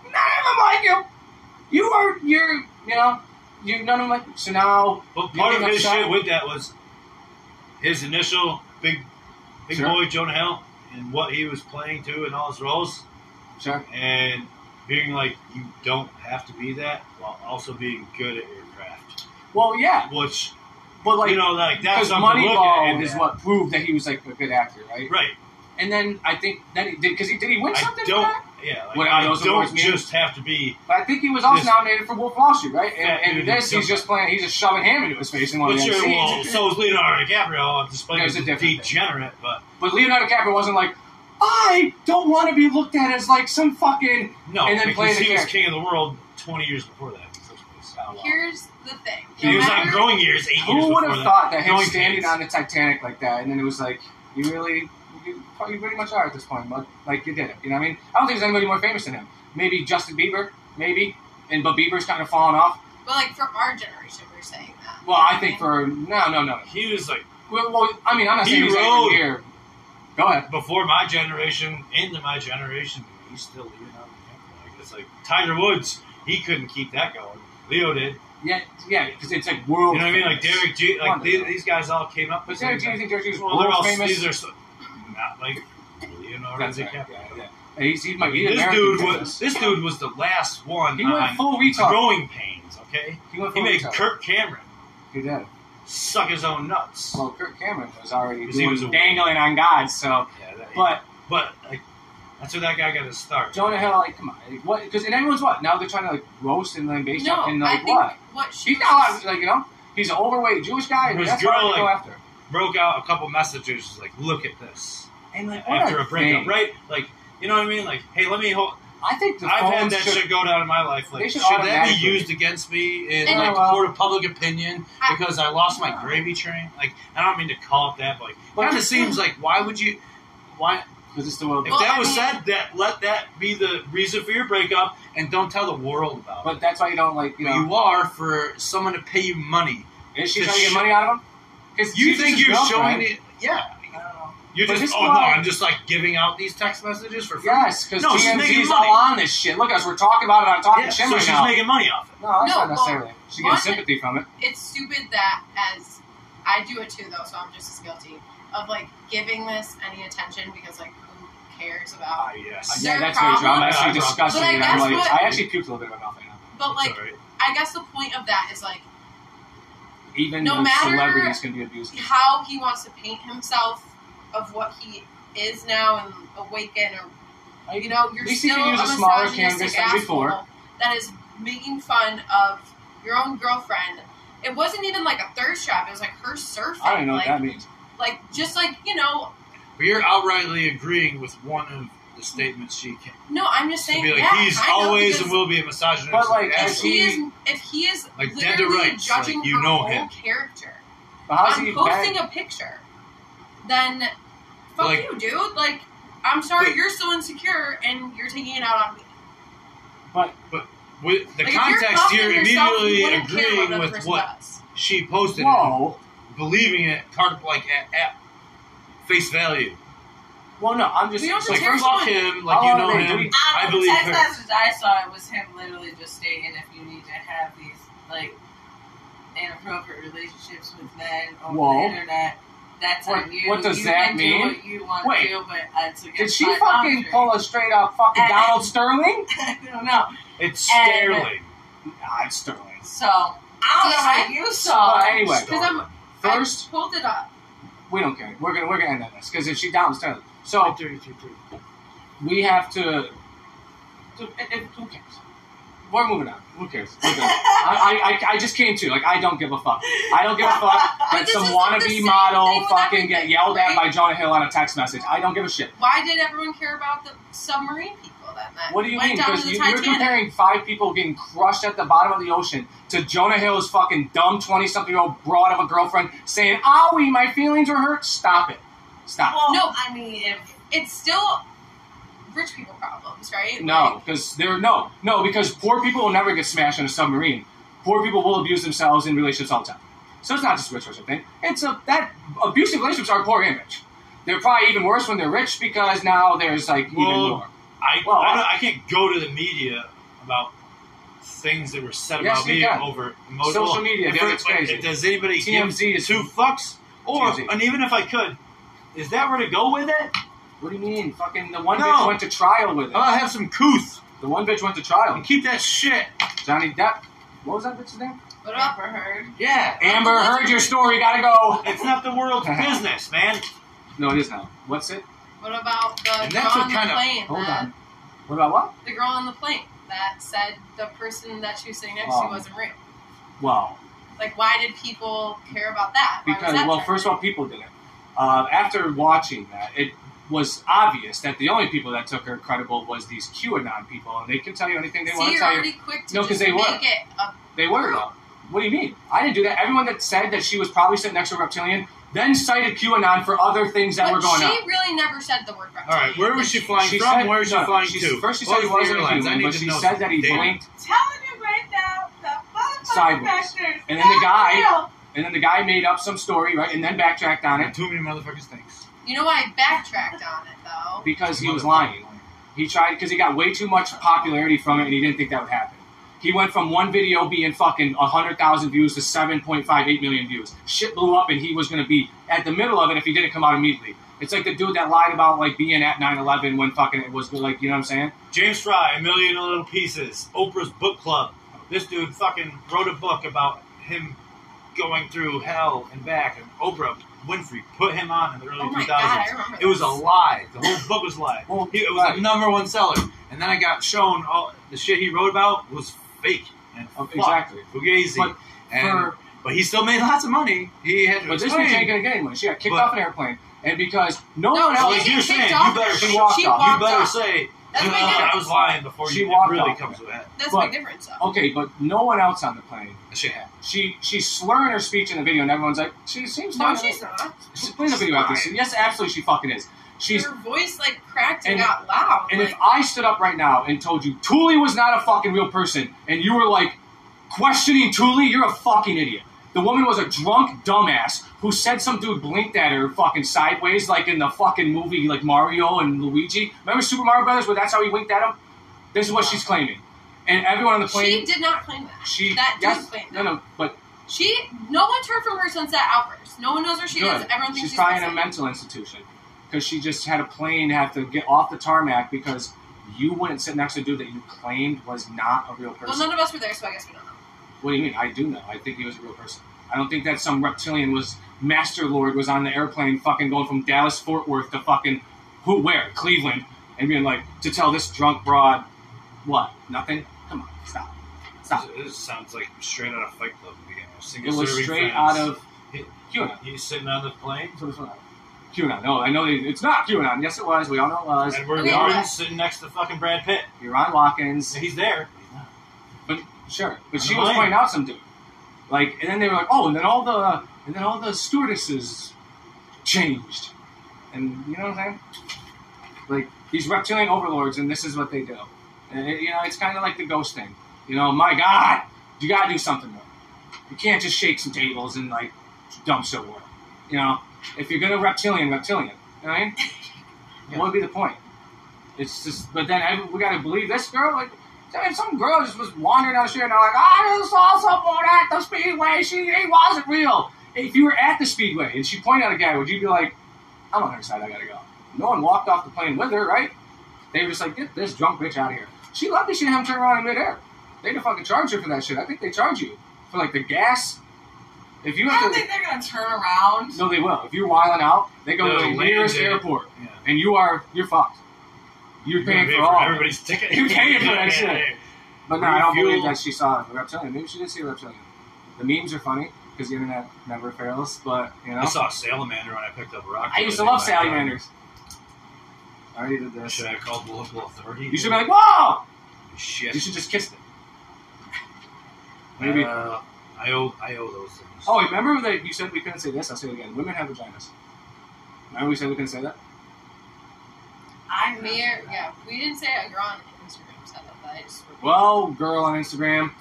None of them like you. You are you're you know you none of them like you. So now
But
You
part of
think
his
I'm
shit
shy?
with that was his initial big, big
Sure.
boy Jonah Hill and what he was playing to in all his roles,
sure
and being like, you don't have to be that, while also being good at your craft,
well yeah
which
but like
you know, like
because
that's something to look at.
Moneyball
and
is what proved that he was like a good actor right
right.
And then I think then he did because he did he win
I
something? for
don't.
that?
Yeah, like,
What,
I
those awards
don't
mean?
just have to be.
But I think he was also
This-
nominated for Wolf of Wall Street, right?
Fat
And,
dude
and this
who
he's just playing he's just shoving ham into his face in one
But
of the
sure,
(laughs)
well,
scenes.
so is Leonardo DiCaprio, despite
There's
his
a different thing.
degenerate. But
But Leonardo DiCaprio wasn't like, I don't want to be looked at as like some fucking.
no,
And then play
because
the
he was
character.
king of the world twenty years before that. in the first place. I don't know.
Here's the thing. No
He was on
matter-
Growing Years eight years
Who would have
before
thought that him
Growing
standing
Pains.
on the Titanic like that, and then it was like, you really, you, you pretty much are at this point, but like you did it. You know what I mean? I don't think there's anybody more famous than him. Maybe Justin Bieber, maybe, and but Bieber's kind of fallen off.
But like for our generation, we're saying that.
Well, I think for no, no, no.
that. He was like
Well, well I mean, I'm not saying
He
he's
rode-
anywhere near. Go ahead.
before my generation, into my generation, he's still Leonardo DiCaprio. Like, it's like Tiger Woods. He couldn't keep that going. Leo did.
Yeah, yeah, because it's like world.
You know what I mean? Like
famous.
Derek Jeter, like
Wonderful.
these, these guys all came up.
But
with
Derek Jeter, you think Derek Jeter's
well, they're
world
all
famous?
these are so, not like Leonardo
That's right.
DiCaprio.
Yeah, yeah. And He's, he might be an
This
American
dude
business.
was this dude was the last one
He went
on
full retard.
Growing Pains. Okay,
He went
he
full
made
retard.
Kirk Cameron
He did.
suck his own nuts.
Well, Kirk Cameron was already
Because he
doing-
was a-
dangling on God, so.
yeah, that,
But
but like, that's where that guy got his start.
Jonah Hill, like, come on, like, what? Because and everyone's what now? They're trying to like roast and like based
No,
on and
I
like
think
what?
what, she
He's
was-
not allowed, like you know. He's an overweight Jewish guy, and
His
that's
girl,
why they go
like-
after.
Broke out a couple messages was like, look at this
And like what
after a breakup,
thing.
right? Like, you know what I mean? Like, hey, let me hold.
I think the
I've had
phones
that
should-
shit go down in my life. Like,
They should
should, that be
automatically-
used against me in
And-
like the
Well-
court of public opinion
I-
because I lost my gravy train? Like, I don't mean to call it that, but like,
But-
kind of seems like why would you? Why
because it's the world.
if
Well,
that
I
was
mean-
said, that let that be the reason for your breakup, and don't tell the world about
But
it.
that's why you don't like you
But
know.
you are for someone to pay you money.
Is she
to
trying to get
sh-
money out of him? Because
You think you're showing
it?
it? Yeah,
I don't know.
you're
But this
just.
is
Oh no,
why-
I'm just like giving out these text messages for free.
Yes, because
No, she's
TMZ's
making
all
money.
on this shit. Look, us, we're talking about it on Talking
Yeah,
Shit
so
right
she's
now.
making money off it.
no, that's
No,
not
well,
necessarily. she
one-
gets sympathy from it.
it's stupid that as I do it too though, so I'm just as guilty of like giving this any attention because like who cares
Ah,
about
yes.
yeah,
there
that's
a
very true. I'm
problem?
actually
Yeah, I
disgusting.
dropped it.
and I'm
But I
like,
guess
I actually puked a little bit in my mouth right now.
but like
Sorry.
I guess the point of that is like
Even
No
the
matter-
celebrities can be abused.
how he wants to paint himself of what he is now and awaken or you know you're
At least he
still
can use a smaller
misogynistic
canvas than before.
asshole that is making fun of your own girlfriend. It wasn't even like a third strap; it was like her surfing.
I don't know
like,
what that means.
like just like you know.
But you're outrightly agreeing with one of the statements she can.
No, I'm just
To
saying.
be like,
yeah,
he's
kind of,
always
because
and will be a misogynist.
But, like,
and
as
If
asshole.
he is, if he is
Like, dead to
literally
rights,
judging
like, you
her
know
whole
him.
character
But how's
on
he
posting
bad?
a picture, then fuck
Like-
you, dude. Like, I'm sorry,
But-
you're so insecure and you're taking it out on me.
With the
Like, if you're
context
confident
here,
in yourself, you
immediately
wouldn't care
agreeing
other
with
person
what
does.
she posted,
Whoa.
and believing it, part like at, at face value.
Well, no, I'm just
We don't
like,
Like
Here's
first,
fuck
one.
him,
How
like you
long
know
they
him.
doing-
I
I
don't know,
believe
the text
her.
message I saw was him literally just stating if you need to have these like inappropriate relationships with men over
Whoa.
the internet, that's
What-
on you.
what does
you
that
can
mean?
Do what you want
Wait.
to do, but it's against
did she
my
fucking
boundary.
pull a straight up fucking
And-
Donald Sterling?
(laughs) I don't know.
It's
And-
Sterling.
Nah, it's Sterling.
So I don't know what you
Uh,
saw.
But anyway,
Because I'm
first
I pulled it up.
we don't care. We're gonna we're gonna end on this because if she Donald Sterling, so
Dirty, dirty, dirty.
we have to. to- it- it- who cares? We're moving on. Who cares? We're
(laughs)
done. I, I, I- I just came to like I don't give a fuck. I don't give
(laughs)
(laughs)
a fuck that
But this
some
is like the
wannabe
same thing
model
with
fucking get
everything,
yelled at
right?
by Jonah Hill on a text message. I don't give a shit.
Why did everyone care about the submarine people then? That
What do you
went
mean?
down to
Because
the
you, you're
Titanic.
comparing five people getting crushed at the bottom of the ocean to Jonah Hill's fucking dumb twenty-something-year-old broad of a girlfriend saying, "Owie, my feelings were hurt." Stop it. Stop.
Well,
No.
I mean, if
it's still rich people problems, right?
No, because there no no because poor people will never get smashed on a submarine. Poor people will abuse themselves in relationships all the time. So it's not just a rich person thing. It's a that abusive relationships are poor image. They're probably even worse when they're rich because now there's like even
Well,
more.
I,
Well,
I, don't, I can't go to the media about things that were said
Yes,
about
you
me
can.
over emotional.
Social media,
If
dude,
it-
it's crazy.
if- does anybody
TMZ
give
is-
two fucks? Or
TMZ.
and even if I could, is that where to go with it?
What do you mean? Fucking the one
No. Uh.
bitch went to trial with it.
I'm gonna have some couth
the one bitch went to
and
trial.
keep that shit.
Johnny Depp. What was that bitch's name?
What about
Amber Heard,
Yeah,
Amber heard your story. Gotta go.
it's not the world's business, man.
No, it is now. What's it?
What about the
And
girl
that's what
on the
kind of-
plane?
hold
that,
on. What about what?
The girl on the plane that said the person that she was sitting next
Oh.
to wasn't real.
Wow.
Like, why did people care about that? Why was
because
that
well,
trending?
first of all, people did it. Uh, after watching that, it was obvious that the only people that took her credible was these QAnon people, and they can tell you anything they
See,
want to
you're
tell you.
already quick to
No, 'cause
just
they
make
were.
it a
They were though. What do you mean? I didn't do that. Everyone that said that she was probably sitting next to a reptilian then cited QAnon for other things that
but
were going
she
on.
really never said the word reptilian.
All right, where was she flying
She
from?
said-
where was she
no,
flying
she-
to?
First, she
What
said he
was the
wasn't a
airlines? I
human,
need
but
to
she
know
said that he
Damn.
blinked,
Telling you right now, the motherfucking
Sideways.
vectors.
And then the guy-
Real.
and then the guy made up some story, right, and then backtracked on it
Too many motherfuckers things.
You know why I backtracked on it
(laughs)
though?
because he was lying. He tried because he got way too much popularity from it, and he didn't think that would happen. He went from one video being fucking 100,000 views to 7.58 million views. Shit blew up, and he was going to be at the middle of it if he didn't come out immediately. It's like the dude that lied about like being at 9/11 when fucking it was like you know what I'm saying.
James Fry, A Million Little Pieces, Oprah's Book Club. This dude fucking wrote a book about him going through hell and back, and Oprah Winfrey put him on in the early
Oh my
2000s.
god, I remember.
It was a
this.
lie. The whole book was a lie.
Well,
He, it was
right.
a number one seller, and then I got shown all the shit he wrote about was fake and
Oh,
fucked,
exactly.
fugazi.
But
and,
For-
but he still made lots of money. He had to
but this
explain.
bitch ain't gonna get any money. She got kicked
But-
off an airplane, and because no, one
No, she
Well,
else,
like
didn't
you were
get
saying,
kicked
you
off.
better-
she walked
she
off.
you better
off.
say
That's
"No,
my
no, no,
difference.
I was lying before
She
you. It
walked
really
off.
comes with that.
That's
But-
my difference though.
okay, but no one else on the plane.
That shit happened.
She she's slurring her speech in the video, and everyone's like, she seems
No,
fine.
she's not.
She's playing the video out this. Yes, absolutely, she fucking is. She's
Her voice like cracked and,
And-
got loud.
And if
like,
I stood up right now and told you Thule was not a fucking real person, and you were like questioning Thule, you're a fucking idiot. The woman was a drunk dumbass who said some dude blinked at her fucking sideways, like in the fucking movie, like Mario and Luigi. Remember Super Mario Brothers, where that's how he winked at him? This is what she's claiming, and everyone on the
she
plane,
did not claim that.
she
that dude
yes,
claimed
no,
that.
no, but
She no one's heard from her since that outburst. No one knows where she
good.
is. Everyone thinks
she's
she's
probably in a
insane.
mental institution because she just had a plane have to get off the tarmac because you wouldn't sit next to a dude that you claimed was not a real person.
Well, none of us were there, so I guess we don't know.
What do you mean? I do know. I think he was a real person. I don't think that some reptilian was Master Lord was on the airplane fucking going from Dallas Fort Worth to fucking who where Cleveland and being like to tell this drunk broad what nothing. Come on, stop, stop.
This sounds like straight out of Fight Club. Again.
It
Single
was
serving
straight
friends.
out of
It-
QAnon.
He's sitting on the plane.
So this one- QAnon. No, I know they, it's not QAnon. Yes, it was. We all know it was.
Edward
Okay, but-
Norton sitting next to fucking Brad Pitt.
Ron Watkins.
He's there.
But sure, but
I'm
she was
lying.
pointing out some dude. Like, and then they were like, oh, and then all the and then all the stewardesses changed, and you know what I'm saying? Like these reptilian overlords, and this is what they do. And it- you know, it's kind of like the ghost thing. You know, my God, you got to do something more. You can't just shake some tables and like dump silverware. You know, if you're gonna reptilian, reptilian. You know what I mean? What would be the point? It's just, but then I, we got to believe this girl. Like, I mean, some girl just was wandering down the street and they're like, "Ah, I just saw someone at the speedway. She it wasn't real. If you were at the speedway and she pointed out a guy, would you be like, I'm on her side. I gotta go. No one walked off the plane with her, right? They were just like, get this drunk bitch out of here. She lucky she didn't have him turn around in midair. They'd have fucking charged her for that shit. I think they charge you for like the gas. If you
I
have
don't
to,
think they're gonna turn around.
no, they will. If you're wiling out, they go
No,
to the
land
nearest
it.
airport,
Yeah.
and you are you're fucked. You're paying
You're
for all. of it.
everybody's ticket.
You're paying for that shit.
Yeah.
But no, I don't
Refuel.
believe that she saw a reptilian. Maybe she did see a reptilian. The memes are funny because the internet never fails. But you know,
I saw a salamander when I picked up a rock.
I used to love salamanders. I already did this.
Should I call the local authority?
You should be like, whoa!
shit.
You should just kiss it. Maybe.
Uh, I owe I owe those things.
Oh, remember that you said we couldn't say this. I'll say it again. Women have vaginas. Remember we said we couldn't say that.
I
Me or- yeah, we didn't say it. You're on Instagram said that, but I just
Well, girl on Instagram,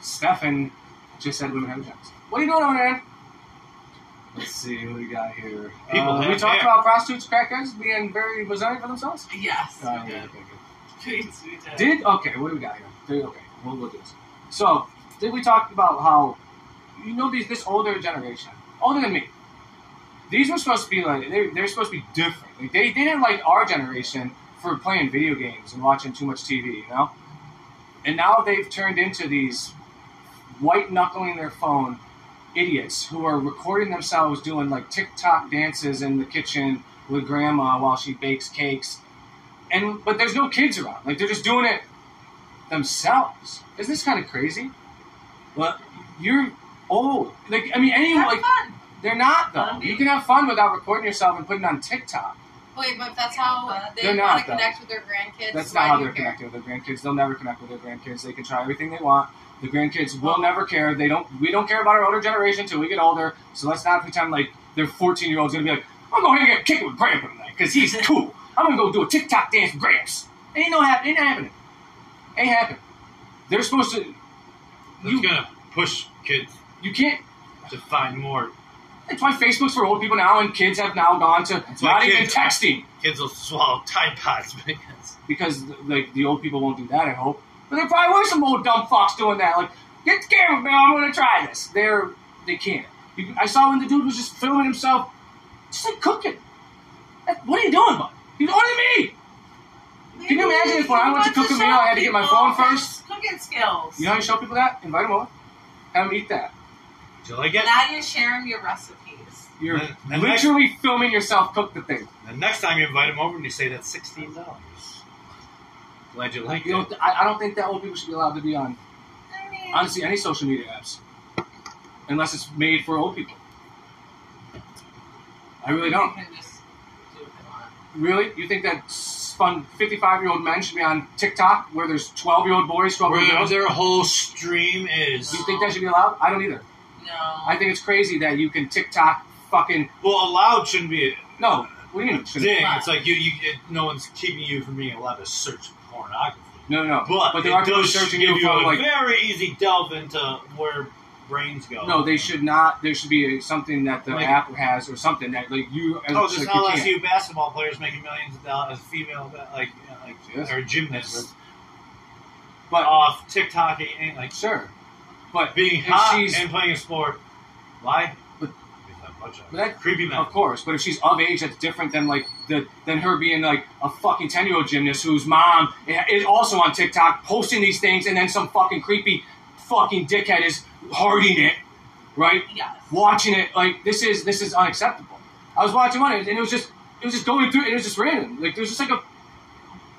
Stefan just said women have vaginas. What are you doing over there? Let's see what we got here.
People
Uh, we
have
talked
hair.
about prostitutes, crackers being very bizarre for themselves.
Yes.
Uh,
we
yeah,
did.
okay, good.
(laughs) Please, we did.
Did okay? What do we got here? Did- okay, we'll go do this. So, did we talk about how you know these this older generation, older than me? These were supposed to be like they they're supposed to be different. Like they, they didn't like our generation for playing video games and watching too much TV, you know. And now they've turned into these white knuckling their phone idiots who are recording themselves doing like TikTok dances in the kitchen with grandma while she bakes cakes. And but there's no kids around. Like they're just doing it themselves. Isn't this kind of crazy? Well, you're old. Like I mean, anyone
Have
like
fun.
they're not
Let
though.
'em be.
You can have fun without recording yourself and putting it on TikTok.
Wait, but if that's how they
They're
want
not,
to
though.
connect with their grandkids.
That's
why
not how
do you
they're
care?
connected with their grandkids. They'll never connect with their grandkids. They can try everything they want. The grandkids will never care. They don't. We don't care about our older generation until we get older. So let's not pretend like their 14 year old's gonna be like, I'm going to get kicked with Grandpa tonight because he's cool. I'm gonna go do a TikTok dance with Gramps. Ain't no happen. Ain't happening. Ain't happening. They're supposed to.
It's
You
gonna push kids
you can't.
to find more.
That's why Facebook's for old people now, and kids have now gone to
why
not even
kids-
texting.
Kids will swallow Tide Pods (laughs) because
because like the old people won't do that. I hope, but there probably were some old dumb fucks doing that. Like, get the camera, man. I'm gonna try this. They're they can't. You- I saw when the dude was just filming himself, just like cooking. Like, What are you doing, bud? You don't to me. Can you imagine if when I went to cook a meal, I had to get my phone first?
Cooking skills.
You know how you show people that? Invite them over. Have them eat that.
do you like it?
Now you're sharing your recipes.
You're
And- and next-
literally filming yourself cook the thing.
The next time you invite them over and you say that's sixteen dollars. Glad you like
You
it.
don't, I, I don't think that old people should be allowed to be on
I mean,
honestly any social media apps, unless it's made for old people. I really don't.
You can just do what they want.
Really? You think that s- fun 55 year old men should be on TikTok where there's 12 year old boys, 12 year old
Where
girls?
their whole stream is.
Do you think that should be allowed? I don't either.
No.
I think it's crazy that you can TikTok fucking.
Well, allowed shouldn't be a
No, we didn't. shouldn't-
thing. It's like you, you, it, no one's keeping you from being allowed to search pornography.
No, no, no.
But,
but there
it
are people
does
searching
give
you for
a
like.
very easy delve into where brains go.
No, they should not. There should be a, something that the
Like-
app has or something that like you. As,
Oh, there's
like, you can't.
LSU basketball players making millions of dollars. Female, like, you know, like
Yes.
or gymnasts
But-
off TikTok and like
Sure, but
being
If
hot
she's-
and playing a sport. Why?
But-
Because I'm much of it.
but that-
creepy man.
Of course, but if she's of age, that's different than like the than her being like a fucking ten year old gymnast whose mom is also on TikTok posting these things, and then some fucking creepy fucking dickhead is harding it, right?
Yes.
Watching it like this is this is unacceptable. I was watching one, and it was just it was just going through, and it was just random. Like there was just like a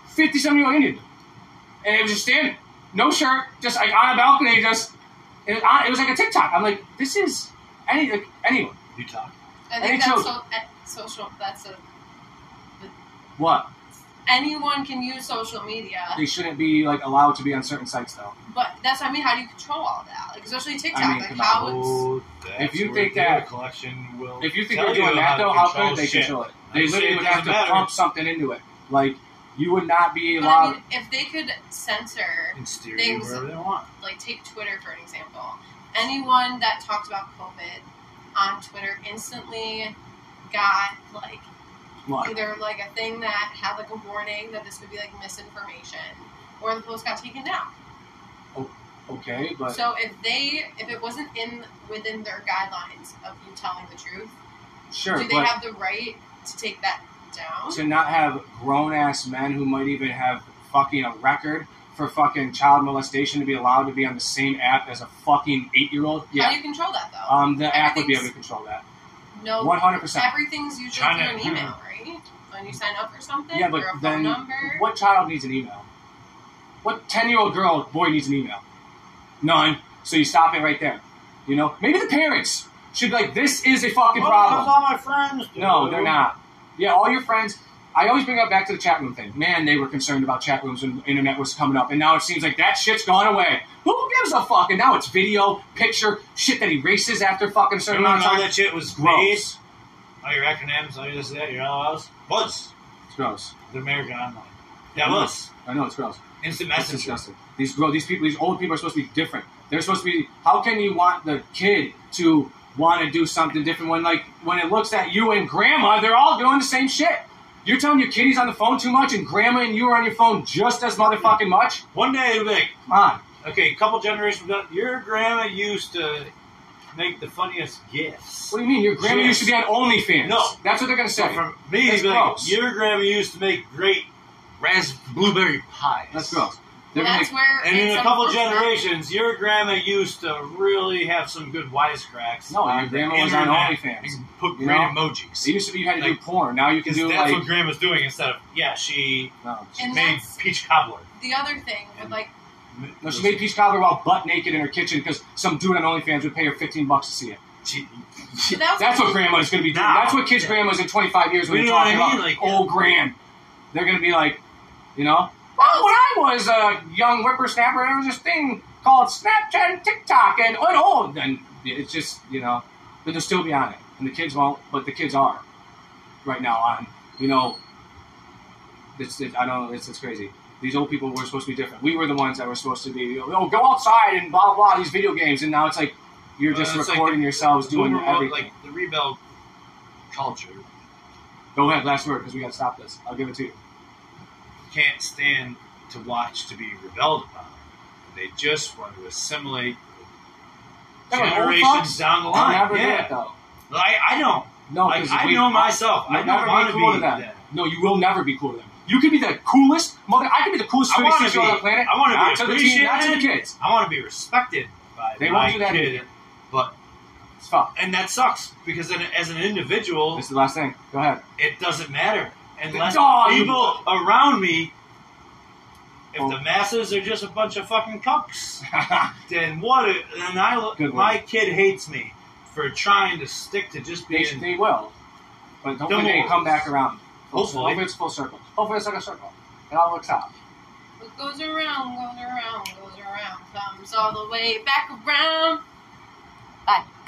fifty something year old Indian, and it was just standing, no shirt, just like on a balcony, just and it, it was like a TikTok. I'm like, this is any like anyone
You talk.
I
Any
think that's so,
children.
eh, social. That's a
what.
anyone can use social media,
they shouldn't be like allowed to be on certain sites though.
but that's what I mean. How do you control all that? Like especially TikTok,
mean,
like
come
how
on.
it's.
Oh, that's
If you
where
think
data
that-
collection will
If you think
tell
they're doing
you
that though,
to
how could they
shit.
control it?
I
They
just say
literally
it
would have
doesn't
to
matter.
pump something into it. Like you would not be
But I
allowed.
mean, if they could censor,
and steer you
Things-
wherever they want.
like take Twitter for an example, anyone that talked about COVID on Twitter instantly got like
What?
either like a thing that had like a warning that this would be like misinformation, or the post got taken down.
Okay, but
So if they if it wasn't in within their guidelines of you telling the truth,
sure,
do they
but
have the right to take that down?
to not have grown ass men who might even have fucking a record for fucking child molestation to be allowed to be on the same app as a fucking eight year old.
How do
Yeah,
you control that though?
um, the app would be able to control that.
no,
One hundred percent.
everything's usually
China- hmm.
through an email, right? When you sign up for something,
Yeah, but
or a phone
then
number.
what child needs an email? What ten-year-old girl boy needs an email? None. So you stop it right there. You know, maybe the parents should be like, "This is a fucking
Oh,
problem."
all my friends. do.
No, they're not. Yeah, all your friends. I always bring up back to the chat room thing. Man, they were concerned about chat rooms when the internet was coming up, and now it seems like that shit's gone away. Who gives a fuck? And now it's video, picture, shit that erases after fucking a certain
Remember when
amount of
all
time.
that shit was made?
gross.
All your acronyms, all your this, that, your LLs. Was
It's gross.
the American Online? That
Mhm.
was
I know it's gross.
instant
That's
messenger.
disgusting. These grow these people, these old people are supposed to be different. They're supposed to be. How can you want the kid to want to do something different when, like, when it looks at you and grandma, they're all doing the same shit. You're telling your kid he's on the phone too much, and grandma and you are on your phone just as motherfucking much.
One day it'll be like,
Come on,
okay, a couple generations down, your grandma used to make the funniest gifts.
what do you mean? Your grandma
Yes.
used to be on OnlyFans.
No.
that's what they're gonna
So
say.
from
That's
me, it'd be like,
gross.
your grandma used to make great ras- blueberry pies.
That's gross. They're gonna
That's where.
And in
it's
a couple
unfortunate.
generations, your grandma used to really have some good wisecracks.
No, your
the
grandma was on OnlyFans.
You can put
You
great
know?
emojis.
make- it used to be you had to
Like,
do porn. Now you can
Because
do
that's
like
what grandma's doing instead of, yeah, she
no.
And
made
that's-
peach cobbler.
The other thing, with like,
No, she made peach cobbler while butt naked in her kitchen because some dude on OnlyFans would pay her fifteen bucks to see it.
She-
but that
(laughs)
was
That's what grandma's going to be doing.
Nah.
That's what kids' grandmas in twenty five years when
You
you're
know what
talking
I mean?
about
Like, yeah.
old grand. They're going to be like, you know,
Well,
oh, when I was a young whippersnapper, there was this thing called Snapchat and TikTok and and old, and it's just you know, but they'll still be on it, and the kids won't, but the kids are right now on, you know. It's, it, I don't know. It's, it's crazy. These old people were supposed to be different. We were the ones that were supposed to be, oh, go outside and blah blah these video games, and now it's like you're just
Uh, it's like
recording
the-
yourselves doing
Boomer-
everything.
Like the rebel culture
Go ahead, last word, because we got to stop this. I'll give it to you.
can't stand to watch to be rebelled upon. They just want to assimilate
Yeah, but old
generations
fucks
down the
I
line.
never
yeah.
did it though.
Like I don't.
No,
like
'cause
I
we-
know myself. I
You'll
don't
never
want
be
to
cool
be
to them.
that.
No, you will never be cool to them. You can be the coolest mother. I can be the coolest
I wanna
36 year old on
be-
the planet.
I wanna be
not to the teen, not to the
appreciated.
kids.
I want to be respected by
They
my
won't do that
kid.
either.
But
It's fucked.
and that sucks because then as an individual,
This is the last thing. Go ahead. (laughs)
it doesn't matter unless
Oh, you-
people around me. If
Oh.
the masses are just a bunch of fucking cucks, then what? a- Then I look-
Good
my kid hates me for trying to stick to just
they,
being.
they will, but don't
Don't
think they
worry.
come back around.
Hopefully.
hopefully it's full circle. Hopefully it's like a circle. It all works out.
What goes around, goes around, goes around, comes all the way back around.